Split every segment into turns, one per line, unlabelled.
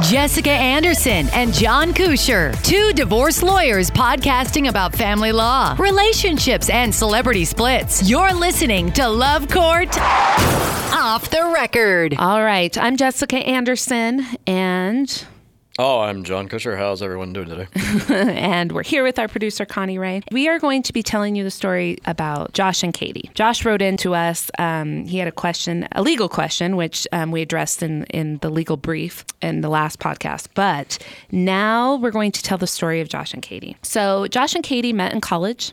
Jessica Anderson and John Kusher, two divorce lawyers podcasting about family law, relationships, and celebrity splits. You're listening to Love Court Off the Record.
All right. I'm Jessica Anderson, and
Oh, I'm John Kusher. How's everyone doing today?
and we're here with our producer Connie Ray. We are going to be telling you the story about Josh and Katie. Josh wrote in to us. Um, he had a question, a legal question, which um, we addressed in in the legal brief in the last podcast. But now we're going to tell the story of Josh and Katie. So Josh and Katie met in college.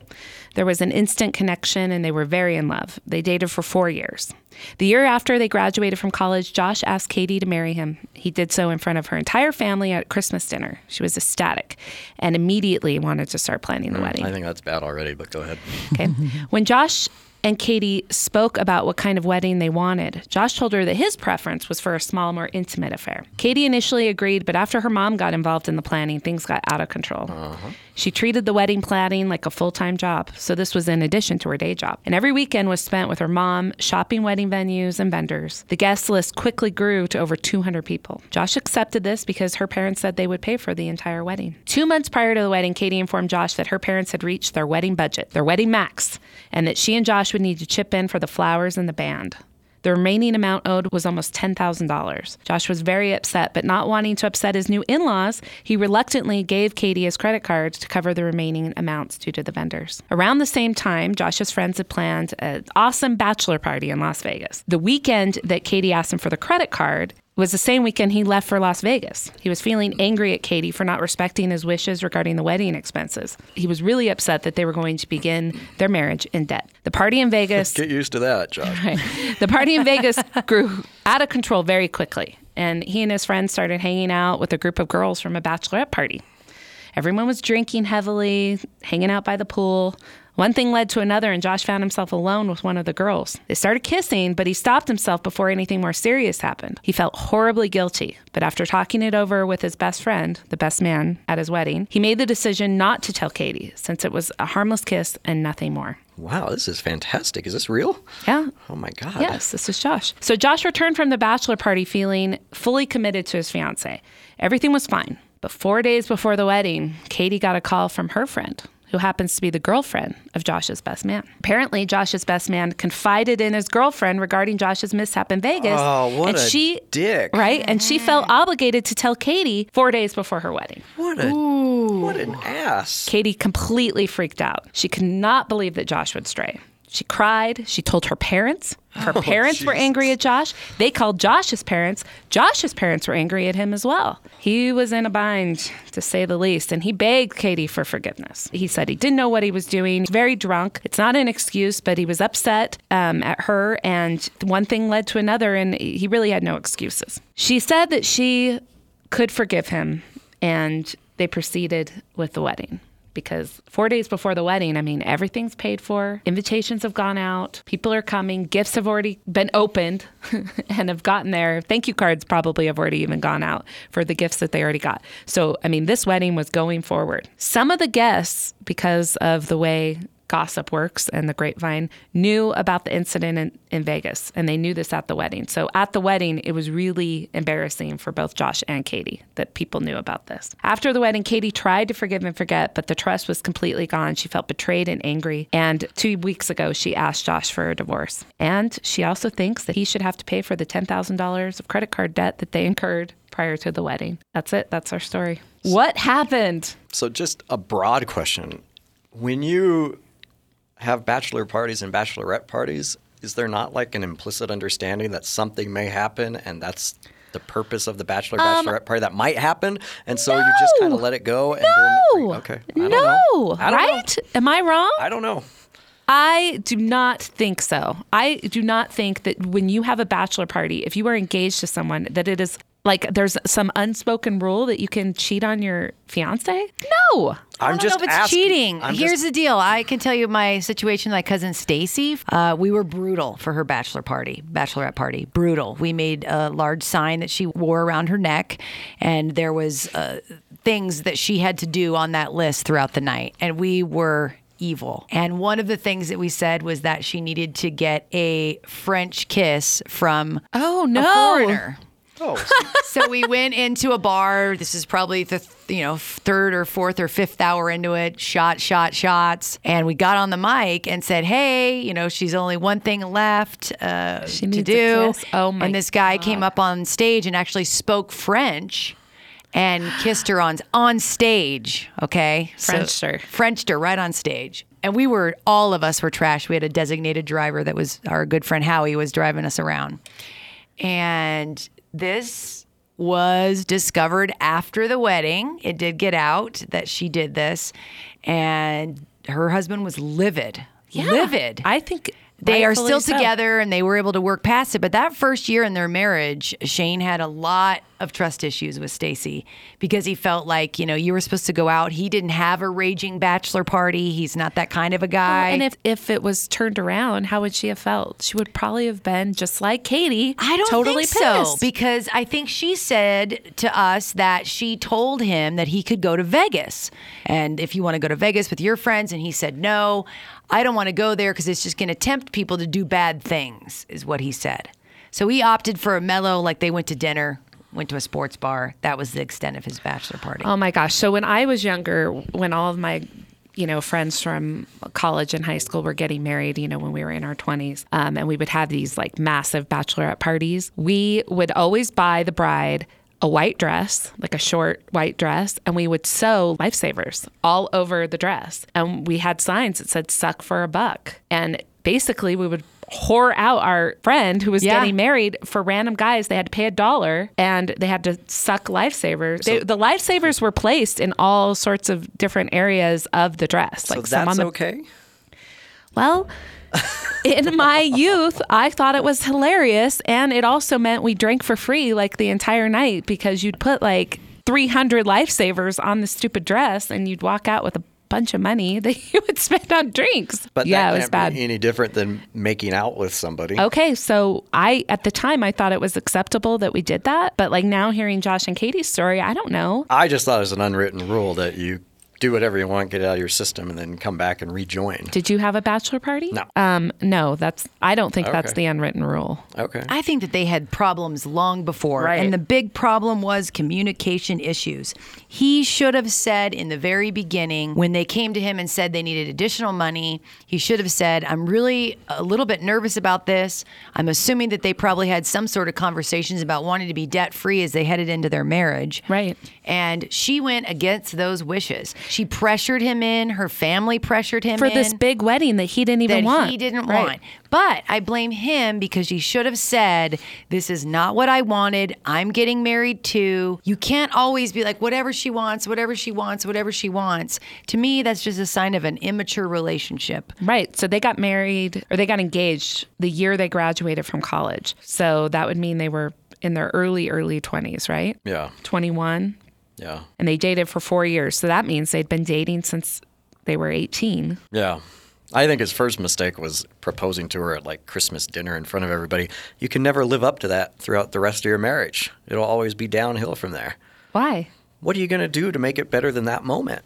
There was an instant connection, and they were very in love. They dated for four years. The year after they graduated from college, Josh asked Katie to marry him. He did so in front of her entire family at Christmas dinner. She was ecstatic and immediately wanted to start planning the wedding.
I think that's bad already, but go ahead.
Okay. when Josh and Katie spoke about what kind of wedding they wanted, Josh told her that his preference was for a small, more intimate affair. Katie initially agreed, but after her mom got involved in the planning, things got out of control. She treated the wedding planning like a full time job, so this was in addition to her day job. And every weekend was spent with her mom shopping wedding venues and vendors. The guest list quickly grew to over 200 people. Josh accepted this because her parents said they would pay for the entire wedding. Two months prior to the wedding, Katie informed Josh that her parents had reached their wedding budget, their wedding max, and that she and Josh would need to chip in for the flowers and the band. The remaining amount owed was almost $10,000. Josh was very upset, but not wanting to upset his new in laws, he reluctantly gave Katie his credit card to cover the remaining amounts due to the vendors. Around the same time, Josh's friends had planned an awesome bachelor party in Las Vegas. The weekend that Katie asked him for the credit card, was the same weekend he left for Las Vegas. He was feeling angry at Katie for not respecting his wishes regarding the wedding expenses. He was really upset that they were going to begin their marriage in debt. The party in Vegas
Get used to that, Josh.
Right. The party in Vegas grew out of control very quickly, and he and his friends started hanging out with a group of girls from a bachelorette party. Everyone was drinking heavily, hanging out by the pool. One thing led to another, and Josh found himself alone with one of the girls. They started kissing, but he stopped himself before anything more serious happened. He felt horribly guilty, but after talking it over with his best friend, the best man at his wedding, he made the decision not to tell Katie since it was a harmless kiss and nothing more.
Wow, this is fantastic. Is this real?
Yeah.
Oh my God.
Yes, this is Josh. So Josh returned from the bachelor party feeling fully committed to his fiance. Everything was fine. But four days before the wedding, Katie got a call from her friend, who happens to be the girlfriend of Josh's best man. Apparently, Josh's best man confided in his girlfriend regarding Josh's mishap in Vegas.
Oh, what
and
a
she,
dick.
Right? And she felt obligated to tell Katie four days before her wedding.
What a what an ass.
Katie completely freaked out. She could not believe that Josh would stray. She cried. She told her parents. Her parents were
Jesus.
angry at Josh. They called Josh's parents. Josh's parents were angry at him as well. He was in a bind, to say the least, and he begged Katie for forgiveness. He said he didn't know what he was doing, very drunk. It's not an excuse, but he was upset um, at her, and one thing led to another, and he really had no excuses. She said that she could forgive him, and they proceeded with the wedding. Because four days before the wedding, I mean, everything's paid for, invitations have gone out, people are coming, gifts have already been opened and have gotten there. Thank you cards probably have already even gone out for the gifts that they already got. So, I mean, this wedding was going forward. Some of the guests, because of the way gossip works and the grapevine knew about the incident in, in Vegas and they knew this at the wedding. So at the wedding, it was really embarrassing for both Josh and Katie that people knew about this. After the wedding, Katie tried to forgive and forget, but the trust was completely gone. She felt betrayed and angry. And two weeks ago, she asked Josh for a divorce. And she also thinks that he should have to pay for the $10,000 of credit card debt that they incurred prior to the wedding. That's it. That's our story. What happened?
So just a broad question. When you have bachelor parties and bachelorette parties, is there not like an implicit understanding that something may happen and that's the purpose of the bachelor
Um,
bachelorette party that might happen and so you just kind
No.
of let it go and
No.
then okay I don't
no.
know. I don't know.
right? Am I wrong?
I don't know.
I do not think so. I do not think that when you have a bachelor party, if you are engaged to someone, that it is like there's some unspoken rule that you can cheat on your fiance. No.
I
I'm
don't
just
know if it's
asking-
cheating.
I'm
Here's
just,
the deal. I can tell you my situation. My cousin Stacy, uh, we were brutal for her bachelor party, bachelorette party. Brutal. We made a large sign that she wore around her neck, and there was uh, things that she had to do on that list throughout the night, and we were evil. And one of the things that we said was that she needed to get a French kiss from
Oh
a foreigner.
Oh,
so we went into a bar. This is probably the th- you know third or fourth or fifth hour into it. Shot, shot, shots, and we got on the mic and said, "Hey, you know, she's only one thing left uh,
She
to
needs a
do."
kiss. Oh my
And this guy came up on stage and actually spoke French. And kissed her on on stage, okay? So-
Frenched her.
Frenched her right on stage. And we were all of us were trash. We had a designated driver that was our good friend Howie was driving us around. And this was discovered after the wedding. It did get out that she did this and her husband was livid. Livid.
I think
they are
rightfully
still
so.
together and they were able to work past it. But that first year in their marriage, Shane had a lot of trust issues with Stacy because he felt like, you know, you were supposed to go out. He didn't have a raging bachelor party. He's not that kind of a guy.
And if, if it was turned around, how would she have felt? She would probably have been just like Katie.
I don't
totally
think so
pissed.
because I think she said to us that she told him that he could go to Vegas, and if you want to go to Vegas with your friends, and he said no, I don't want to go there because it's just going to tempt people to do bad things, is what he said. So he opted for a mellow, like they went to dinner, went to a sports bar. That was the extent of his bachelor party.
Oh my gosh. So when I was younger, when all of my you know, friends from college and high school were getting married, you know, when we were in our 20s. Um, and we would have these like massive bachelorette parties. We would always buy the bride a white dress, like a short white dress, and we would sew lifesavers all over the dress. And we had signs that said, suck for a buck. And basically, we would whore out our friend who was
Yeah.
getting married for random guys. They had to pay a dollar and they had to suck lifesavers. They, the lifesavers were placed in all sorts of different areas of the dress.
so
some
that's
on the-
okay.
Well, in my youth, I thought it was hilarious. And it also meant we drank for free like the entire night because you'd put like 300 lifesavers on the stupid dress and you'd walk out with a bunch of money that you would spend on drinks.
But
yeah,
that
it was
can't
bad. Oh.
be any different than making out with somebody.
Okay, so I at the time I thought it was acceptable that we did that, but like now hearing Josh and Katie's story, I don't know.
I just thought it was an unwritten rule that you do whatever you want, get it out of your system, and then come back and rejoin.
Did you have a bachelor party?
No.
Um, no, that's I don't think that's
Okay.
the unwritten rule.
Okay.
I think that they had problems long before.
Right.
And the big problem was communication issues. He should have said in the very beginning, when they came to him and said they needed additional money, he should have said, I'm really a little bit nervous about this. I'm assuming that they probably had some sort of conversations about wanting to be debt free as they headed into their marriage.
Right.
And she went against those wishes. She pressured him in, her family pressured him
For
in
this big wedding that he didn't even
that
want.
he didn't
Right.
want. But I blame him because he should have said, "This is not what I wanted. I'm getting married too." You can't always be like whatever she wants, whatever she wants, whatever she wants. To me, that's just a sign of an immature relationship.
Right. So they got married or they got engaged the year they graduated from college. So that would mean they were in their early, early 20s, right?
Yeah.
21.
Yeah.
And they dated for four years. So that means they'd been dating since they were 18.
Yeah. I think his first mistake was proposing to her at like Christmas dinner in front of everybody. You can never live up to that throughout the rest of your marriage. It'll always be downhill from there.
Why?
What are you going to do to make it better than that moment?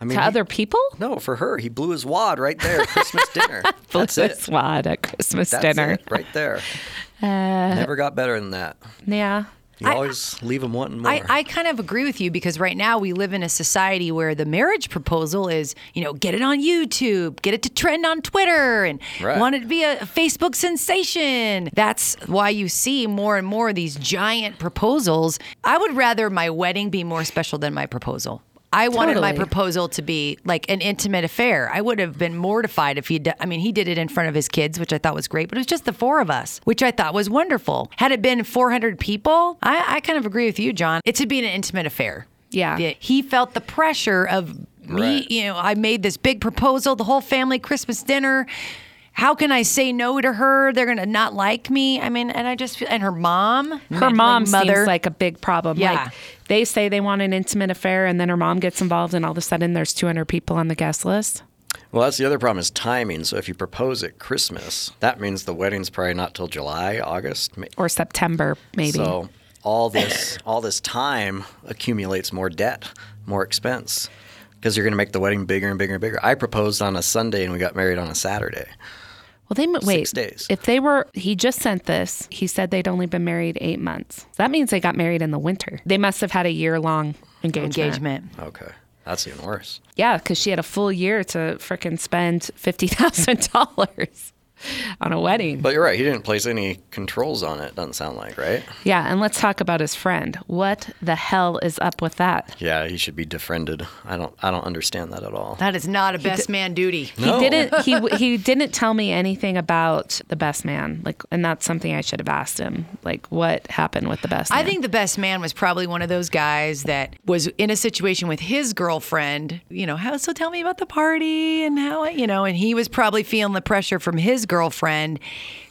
I mean,
to
he-
other people?
no, for her, he blew his wad right there at Christmas dinner. That's
Blue
it.
Swad at Christmas
That's
dinner.
it, right there. never got better than that.
Yeah.
You always leave him wanting more.
I, I kind of agree with you because right now we live in a society where the marriage proposal is, you know, get it on YouTube, get it to trend on Twitter, and
Right.
want it to be a Facebook sensation. That's why you see more and more of these giant proposals. I would rather my wedding be more special than my proposal. I wanted my
Totally.
proposal to be like an intimate affair. I would have been mortified if he, d- I mean, he did it in front of his kids, which I thought was great, but it was just the four of us, which I thought was wonderful. Had it been 400 people, I, I kind of agree with you, John. It should be an intimate affair.
Yeah.
He felt the pressure of me,
Right.
you know, I made this big proposal, the whole family Christmas dinner. How can I say no to her? They're going to not like me. I mean, and I just feel, and her mom,
Her mom
mother,
seems like a big problem.
Yeah.
Like they say they want an intimate affair and then her mom gets involved and all of a sudden there's 200 people on the guest list.
Well, that's the other problem is timing. So if you propose at Christmas, that means the wedding's probably not till July, August. ma-
Or September, maybe.
So all this all this time accumulates more debt, more expense because you're going to make the wedding bigger and bigger and bigger. I proposed on a Sunday and we got married on a Saturday.
Well, they mo- wait.
days.
If they were, he just sent this. He said they'd only been married eight months. That means they got married in the winter. They must have had a year long engagement.
engagement.
Okay. That's even worse.
Yeah, because she had a full year to frickin' spend fifty thousand dollars on a wedding.
But you're right. He didn't place any controls on it, doesn't sound like, right?
Yeah, and let's talk about his friend. What the hell is up with that?
Yeah, he should be defriended. I don't I don't understand that at all.
That is not a best man duty.
No.
He didn't. He w- he didn't tell me anything about the best man. Like, and that's something I should have asked him. Like, what happened with the best?
I
man?
think the best man was probably one of those guys that was in a situation with his girlfriend, you know, how so tell me about the party and how, I-" you know, and he was probably feeling the pressure from his girlfriend.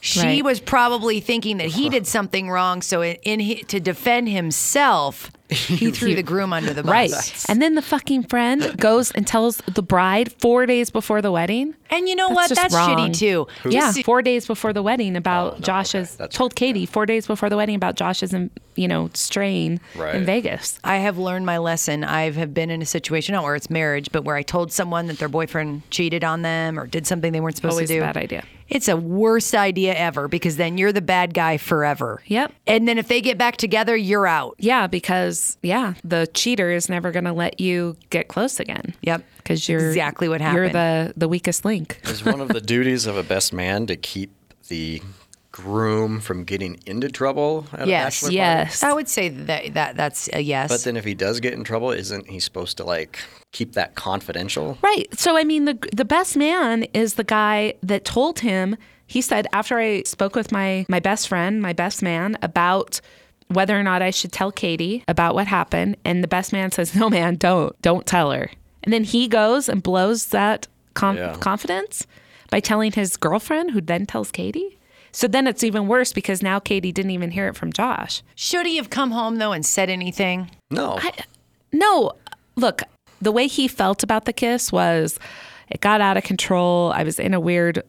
She
Right.
was probably thinking that he did something wrong, so in, in hi- to defend himself, he threw the groom under the bus.
Right. And then the fucking friend goes and tells the bride four days before the wedding.
And you know
That's
what?
just
That's
wrong.
shitty too.
Yeah,
Just see-
four days before the wedding about
Oh, no,
Josh's.
okay. That's-
told Katie four days before the wedding about Josh's, and you know, strain in
Right.
Vegas.
I have learned my lesson. I have been in a situation, not where it's marriage, but where I told someone that their boyfriend cheated on them or did something they weren't supposed
Always
to do.
a bad idea.
It's a worst idea ever because then you're the bad guy forever.
Yep.
And then if they get back together, you're out.
Yeah, because yeah, the cheater is never going to let you get close again.
Yep.
Because you're
Exactly what
You're
happened.
the the weakest link.
Is one of the duties of a best man to keep the groom from getting into trouble at
Yes,
a bachelor party?
Yes.
I would say that that that's a yes.
But then if he does get in trouble, isn't he supposed to like keep that confidential?
Right. So I mean, the the best man is the guy that told him. He said after I spoke with my my best friend, my best man, about whether or not I should tell Katie about what happened, and the best man says, "No, man, don't don't tell her." And then he goes and blows that com-
Yeah.
confidence by telling his girlfriend, who then tells Katie. So then it's even worse because now Katie didn't even hear it from Josh.
should he have come home though and said anything?
No.
No, look, the way he felt about the kiss was it got out of control. I was in a weird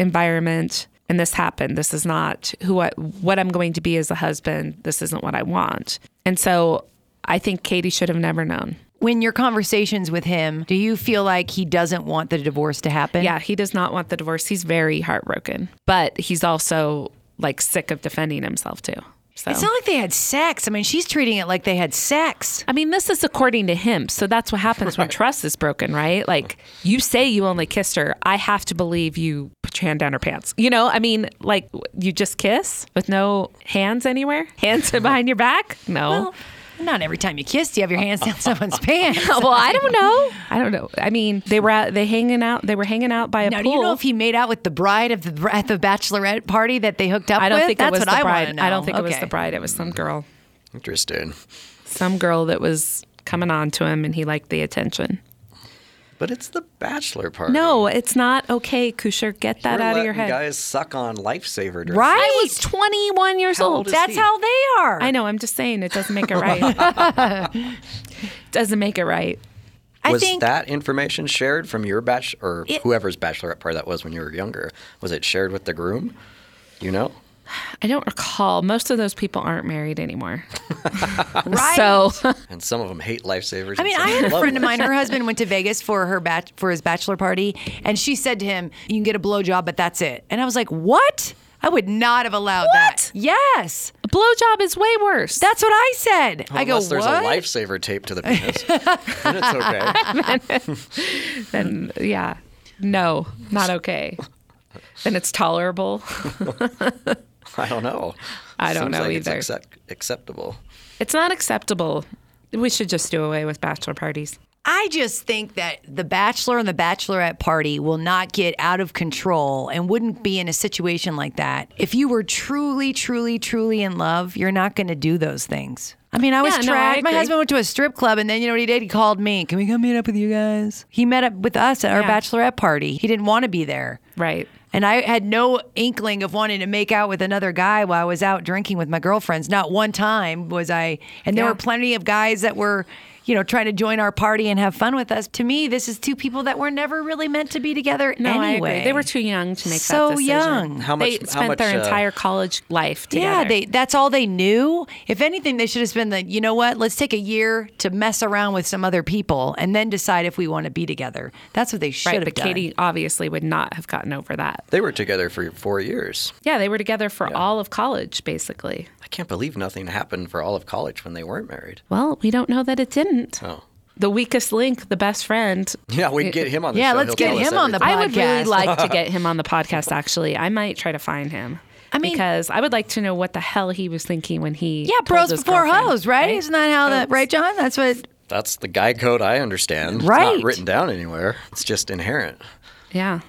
environment and this happened. This is not who I, what I'm going to be as a husband. This isn't what I want. And so I think Katie should have never known.
When your conversations with him, do you feel like he doesn't want the divorce to happen?
Yeah, he does not want the divorce. He's very heartbroken, but he's also like sick of defending himself too. So
It's not like they had sex. I mean, she's treating it like they had sex.
I mean, this is according to him. So that's what happens when trust is broken, right? Like, you say you only kissed her. I have to believe you put your hand down her pants. You know, I mean, like, you just kiss with no hands anywhere? Hands behind your back? No.
Well,
Well,
not every time you kissed, you have your hands down someone's pants.
I don't know. I don't know. I mean, they were out, they hanging out. They were hanging out by a
Now,
pool.
do you know if he made out with the bride of the, at the bachelorette party that they hooked up
I don't
with?
think
That's
it was
what
the
I
bride.
want to know.
I don't think it was
Okay.
the bride. It was some girl,
Interesting.
some girl that was coming on to him, and he liked the attention.
But it's the bachelor party.
No, it's not okay, Kusher. Get that
We're
out of
letting
your head.
Guys suck on lifesaver dresses.
Right?
I was 21 years
How
old.
old is
That's
he?
how they are.
I know. I'm just saying it doesn't make it right. doesn't make it right.
I
was
think
that information shared from your batch or
It-
whoever's bachelorette party that was when you were younger? Was it shared with the groom? You know?
I don't recall. Most of those people aren't married anymore.
right.
So
And some of them hate lifesavers.
I mean, I had a friend of mine. Her husband went to Vegas for her bat- for his bachelor party, and she said to him, "You can get a blowjob, but that's it." And I was like, "What? I would not have allowed
What?
that." Yes,
a blowjob is way worse.
that's what I said. I go,
Unless there's
"What?"
a lifesaver taped to the penis, then it's okay.
then yeah. No, not okay. Then it's tolerable.
I don't know.
I don't
Seems
know
like
either.
It's accept- acceptable.
It's not acceptable. We should just do away with bachelor parties.
I just think that the bachelor and the bachelorette party will not get out of control and wouldn't be in a situation like that. If you were truly, truly, truly in love, you're not going to do those things. I mean, I was
Yeah, no, I
trapped. My
agree.
husband went to a strip club, and then you know what he did? He called me. Can we come meet up with you guys? He met up with us at our
Yeah.
bachelorette party. He didn't want to be there.
Right.
And I had no inkling of wanting to make out with another guy while I was out drinking with my girlfriends. Not one time was I. And there
Yeah.
were plenty of guys that were, you know, trying to join our party and have fun with us. To me, this is two people that were never really meant to be together
No, I
anyway.
agree. They were too young to make
so
that decision.
young.
How much-
They
how
spent their
much, uh,
entire college life together.
Yeah, they, that's all they knew. If anything, they should have been like, you know what? Let's take a year to mess around with some other people and then decide if we want to be together. That's what they should
Right,
have
but
done.
Katie obviously would not have gotten over that.
They were together for four years.
Yeah, they were together for all of college, basically.
I can't believe nothing happened for all of college when they weren't married.
Well, we don't know that it didn't.
Oh.
The weakest link, the best friend.
Yeah, we can get him on the
Yeah,
show.
let's
He'll
get
tell us
him on the
everything.
I would really
Podcast.
like to get him on the podcast, actually. I might try to find him.
I mean-
because I would like to know what the hell he was thinking when he.
yeah,
told
bros
his
before
girlfriend.
hoes, right? Isn't that how that,
Hoes.
right, John? That's what,
That's the guy code I understand. It's
Right.
not written down anywhere. It's just inherent.
Yeah.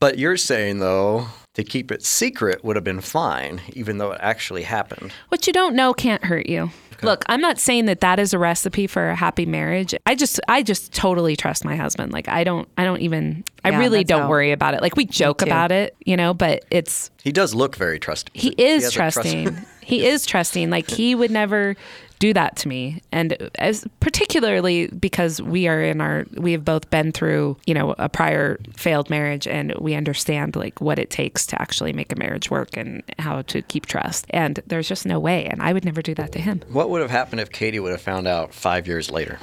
But you're saying though to keep it secret would have been fine, even though it actually happened.
What you don't know can't hurt you. Look, I'm not saying that that is a recipe for a happy marriage. I just I just totally trust my husband. Like I don't I don't even I
Yeah,
really
that's
don't
how-
worry about it. Like we joke
too.
about it, you know, but it's
He does look very trusting.
he is
has a trust-
trusting. he is trusting. Like he would never do that to me, and as particularly because we are in our we have both been through you know a prior failed marriage, and we understand like what it takes to actually make a marriage work and how to keep trust. And there's just no way, and I would never do that to him.
What would have happened if Katie would have found out five years later?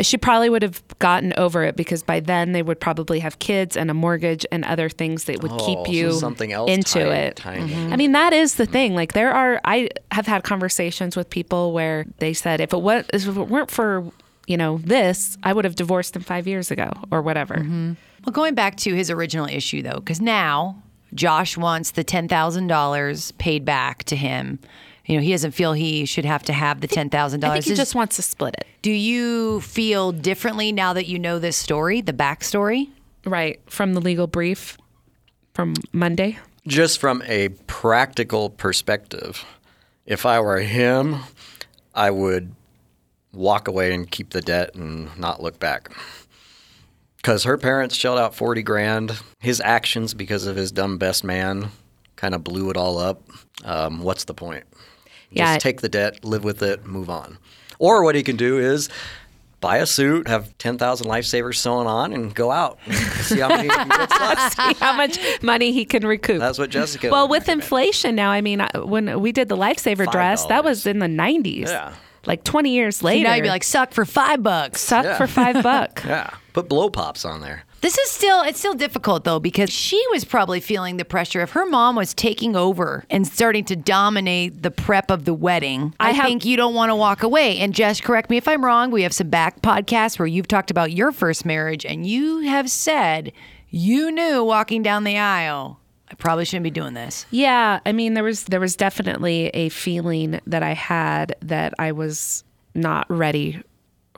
She probably would have gotten over it because by then they would probably have kids and a mortgage and other things that would
Oh,
keep
so
you
something else
into
tying-
it.
tying in.
I mean, that is the thing. Like there are, I have had conversations with people where they said, if it was, if it weren't for you know this, I would have divorced him five years ago or whatever.
well, going back to his original issue though, because now Josh wants the $10,000 paid back to him. You know, he doesn't feel he should have to have the $10,000.
I think he
Is-
just wants to split it.
Do you feel differently now that you know this story, the backstory?
Right from the legal brief from Monday.
Just from a practical perspective, if I were him, I would walk away and keep the debt and not look back. Because her parents shelled out 40 grand. His actions, because of his dumb best man, kind of blew it all up. Um, what's the point?
Yeah.
Just take the debt, live with it, move on. Or what he can do is buy a suit, have 10,000 lifesavers sewn on, and go out and see how many he gets left.
See how much money he can recoup.
That's what Jessica.
Well,
would
with
recommend.
inflation now, I mean, I- when we did the lifesaver dress, that was in the 90s.
Yeah.
Like 20 years later.
You know, you'd be like, suck for five bucks.
suck
Yeah.
for five buck.
Yeah. Put blow pops on there.
This is still, it's still difficult though, because she was probably feeling the pressure. If her mom was taking over and starting to dominate the prep of the wedding, I,
I have-
think you don't want to walk away. And Jess, correct me if I'm wrong. We have some back podcasts where you've talked about your first marriage and you have said you knew walking down the aisle, I probably shouldn't be doing this.
Yeah, I mean there was there was definitely a feeling that I had that I was not ready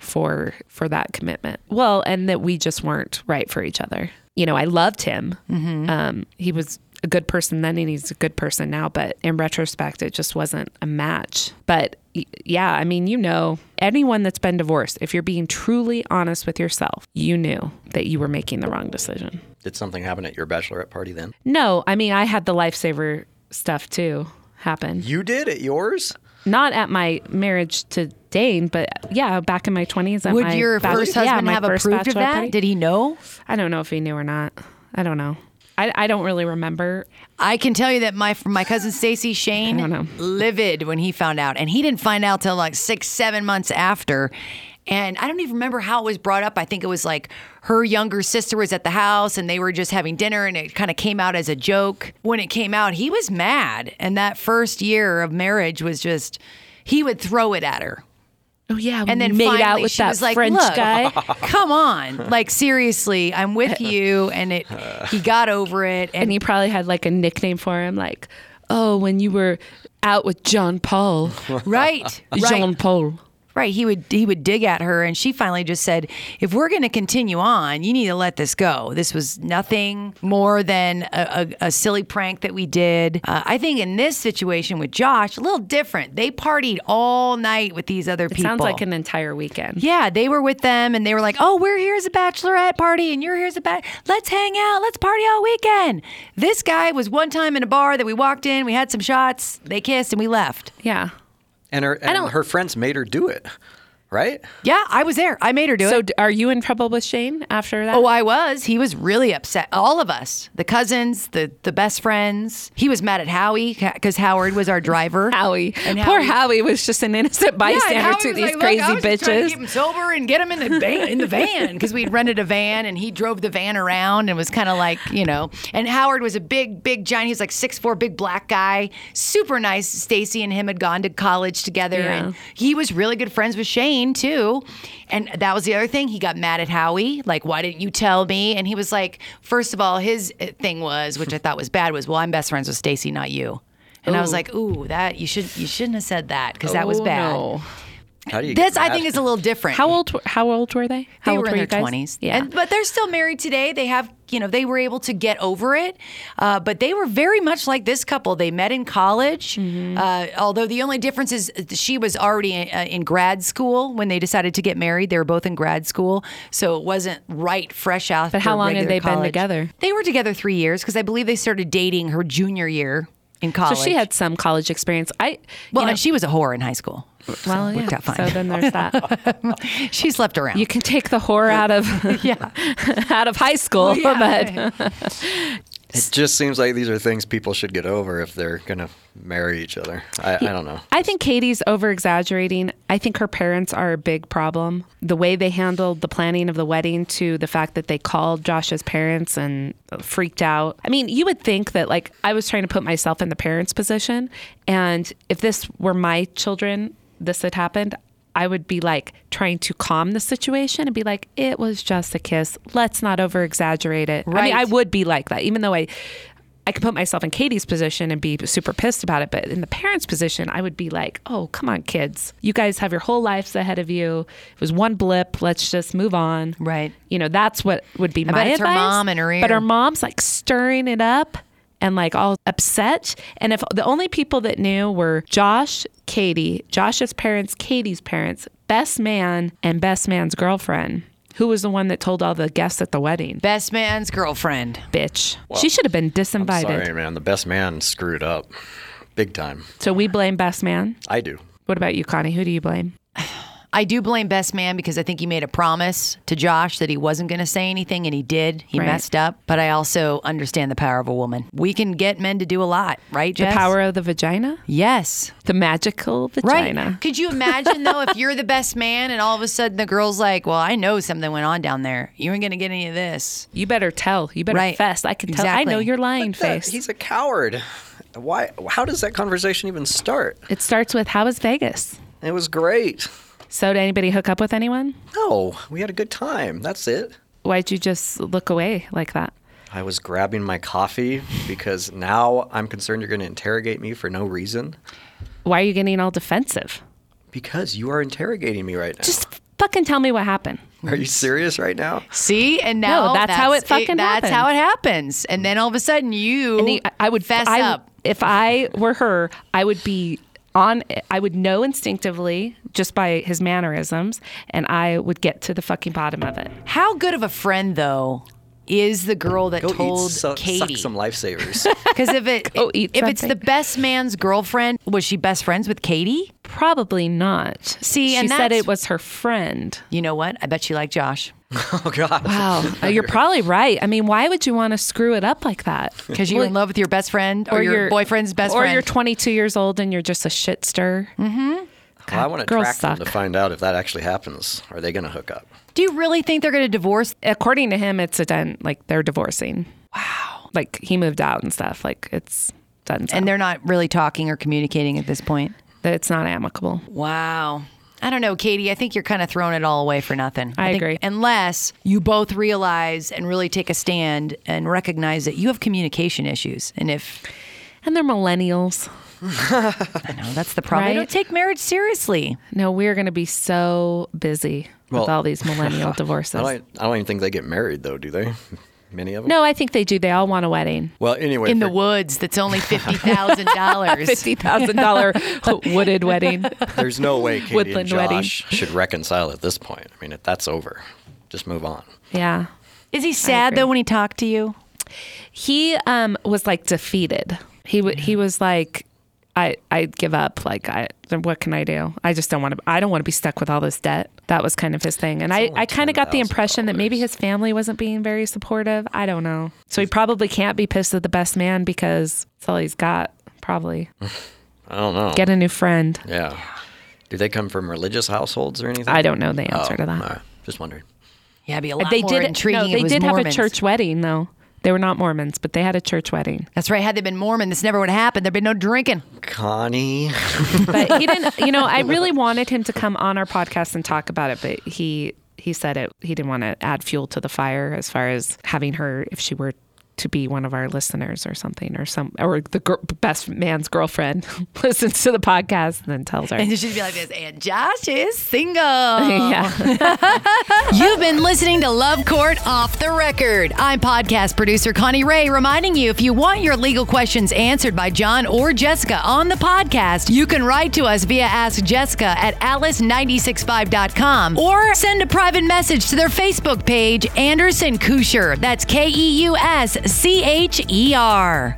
for for that commitment. Well, and that we just weren't right for each other. You know, I loved him. Um, he was a good person then, and he's a good person now. But in retrospect, it just wasn't a match. But y- yeah, I mean, you know, anyone that's been divorced, if you're being truly honest with yourself, you knew that you were making the wrong decision.
Did something happen at your bachelorette party then?
No, I mean I had the lifesaver stuff too happen.
You did at yours?
Not at my marriage to Dane, but yeah, back in my twenties.
Would your first husband have approved of that? Did he know?
I don't know if he knew or not. I don't know. I, I don't really remember.
I can tell you that my my cousin Stacy Shane
don't know.
livid when he found out, and he didn't find out till like six seven months after. And I don't even remember how it was brought up. I think it was like her younger sister was at the house and they were just having dinner and it kind of came out as a joke. When it came out, he was mad. And that first year of marriage was just, he would throw it at her
Oh yeah,
and then
made
finally
out with
she
that
was like,
French
"Look,
guy.
come on, like seriously, I'm with you." And it, he got over it, and
and he probably had like a nickname for him, like, oh, when you were out with John Paul,
right,
Jean
right,
Paul.
right. He would he would dig at her, and she finally just said, "If we're going to continue on, you need to let this go. This was nothing more than a, a, a silly prank that we did." Uh, I think in this situation with Josh, a little different. They partied all night with these other people.
Sounds like an entire weekend.
Yeah, they were with them and they were like, oh, we're here as a bachelorette party and you're here as a bat. Let's hang out. Let's party all weekend. This guy was one time in a bar that we walked in, we had some shots, they kissed, and we left.
yeah.
And her and her friends made her do it. right?
Yeah, I was there. I made her do
So
it.
d- are you in trouble with Shane after that?
Oh, I was. He was really upset. All of us, the cousins, the the best friends. He was mad at Howie because Howard was our driver.
Howie.
And
Poor
Howie-
Howie was just an innocent
Yeah,
bystander
and Howard
to
was
these
like, "Look,
crazy
I was just trying to
bitches.
keep him sober and get him in the van, in the van because we'd rented a van and he drove the van around and was kind of like you know. And Howard was a big, big giant. He was like six four, big black guy, super nice. Stacy and him had gone to college together,
Yeah.
and he was really good friends with Shane too. And that was the other thing. He got mad at Howie, like, why didn't you tell me? And he was like, first of all, his uh, thing was, which I thought was bad, was, well, I'm best friends with Stacy, not you. And I was
Ooh.
like, "Ooh, that you should you shouldn't have said that because that was
Oh,
bad."
no.
How do you?
This
get
I
mad?
think is a little different.
How old? were- How old were they? How
they
old
were in their
you guys?
twenties,
Yeah.
And- but they're still married today. They have, you know, they were able to get over it. Uh, but they were very much like this couple. They met in college.
Mm-hmm.
Uh, although the only difference is she was already in, uh, in grad school when they decided to get married. They were both in grad school, so it wasn't right fresh out. But
how long had they been together?
They were together three years because I believe they started dating her junior year in
so
college.
she had some college experience. I
well,
you know,
and she was a whore in high school.
well,
worked
yeah.
out fine.
So then there's that.
She slept around.
you can take the whore out of
yeah.
out of high school, but
It just seems like these are things people should get over if they're gonna marry each other. I, I don't know.
I think Katie's over exaggerating. I think her parents are a big problem. The way they handled the planning of the wedding to the fact that they called Josh's parents and freaked out. I mean, you would think that, like, I was trying to put myself in the parents' position. And if this were my children, this had happened. I would be like trying to calm the situation and be like, it was just a kiss. Let's not over exaggerate it. I
Right.
mean, I would be like that, even though I, I could put myself in Katie's position and be super pissed about it. But in the parents' position, I would be like, oh, come on, kids. You guys have your whole lives ahead of you. It was one blip. Let's just move on.
Right.
You know, that's what would be my
bet it's her
advice.
mom in her
But
ear.
her mom's like stirring it up and like all upset. And if the only people that knew were Josh, Katie, Josh's parents, Katie's parents, best man, and best man's girlfriend, who was the one that told all the guests at the wedding?
Best man's girlfriend.
Bitch. she should have been disinvited.
Sorry, man. The best man screwed up, big time.
So we blame best man.
I do.
What about you, Connie? Who do you blame?
I do blame Best Man because I think he made a promise to Josh that he wasn't going to say anything, and he did. He
Right.
messed up, but I also understand the power of a woman. We can get men to do a lot, right?
The
Jess?
power of the vagina?
Yes.
The magical
Right.
vagina.
Could you imagine though if you're the best man and all of a sudden the girl's like, "Well, I know something went on down there. You ain't gonna get any of this."
You better tell. You better
Right.
fess. I can tell. I know
Exactly.
you're lying
That-
face.
he's a coward. Why? How does that conversation even start?
It starts with how was Vegas?
It was great.
So did anybody hook up with anyone?
No, we had a good time. That's it.
Why'd you just look away like that?
I was grabbing my coffee because now I'm concerned you're going to interrogate me for no reason
Why are you getting all defensive?
because you are interrogating me right now.
Just fucking tell me what happened.
are you serious right now?
See, and now
that's how it fucking
That's
happens.
how it happens, and then all of a sudden you
And he- I- I would
fess
I,
up.
If I were her, I would be on. I would know instinctively just by his mannerisms, and I would get to the fucking bottom of it.
How good of a friend though is the girl that
Go
told
eat, su- suck
Katie?
some lifesavers.
Because if it
Go eat
if it's the
something.
best man's girlfriend, was she best friends with Katie?
Probably not.
See,
she
and
said
that's-
it was her friend.
You know what? I bet she liked Josh
oh God.
Oh, you're probably right. I mean, why would you want to screw it up like that?
because you were in love with your best friend or, your,
you're-
boyfriend's best
or
friend. Mm.
you're 22 years old and you're just a shitster.
Well, I want to
girls
track them to
suck.
find out if that actually happens. Are they going to hook up?
Do you really think they're going to divorce?
According to him, it's a done. Like they're divorcing. Wow. Like he moved out and stuff. Like it's done.
And
And
they're not really talking or communicating at this point.
it's not amicable.
Wow. I don't know, Katie. I think you're kind of throwing it all away for nothing.
I
think
agree.
Unless you both realize and really take a stand and recognize that you have communication issues. And if,
And they're millennials.
I know, that's the problem. They
Right?
don't take marriage seriously.
No, we're going to be so busy with
Well-
all these millennial
I
divorces.
don't, I don't even think they get married, though, do they? Many of them?
no, I think they do. They all want a wedding.
Well, anyway.
In the
for-
woods, that's only $50,000.
Fifty thousand dollar wooded wedding.
There's no way Katie
Woodland
and
wedding.
Josh should reconcile at this point. I mean, if that's over. Just move on.
Yeah.
Is he sad
agree.
though when he talked to you?
He um was like defeated. He w- he was like I I give up. Like I, then what can I do? I just don't want to. I don't want to be stuck with all this debt. That was kind of his thing, and I
only
I kind of got the impression that maybe
$10,000.
his family wasn't being very supportive. I don't know. So he probably can't be pissed at the best man because that's all he's got. Probably
Mm-hmm. I don't know.
get a new friend.
yeah. Do they come from religious households or anything?
I don't know the answer to
Oh, All
that.
right. Just wondering.
Yeah, it'd be a lot
They
more
did.
intriguing.
No,
if
they
it was
did have a
Mormons.
church wedding though. They were not Mormons, but they had a church wedding.
That's right. Had they been Mormon, this never would have happened. There'd been no drinking.
Connie.
but he didn't you know i really wanted him to come on our podcast and talk about it but he he said it he didn't want to add fuel to the fire as far as having her if she were to be one of our listeners or something or some or the gir- best man's girlfriend listens to the podcast and then tells her
And she'd be like this, and Josh is single.
yeah
You've been listening to Love Court Off the Record. I'm podcast producer Connie Ray reminding you if you want your legal questions answered by John or Jessica on the podcast, you can write to us via Ask Jessica at alice965.com or send a private message to their Facebook page, Anderson Kusher. That's K E U S C H E R.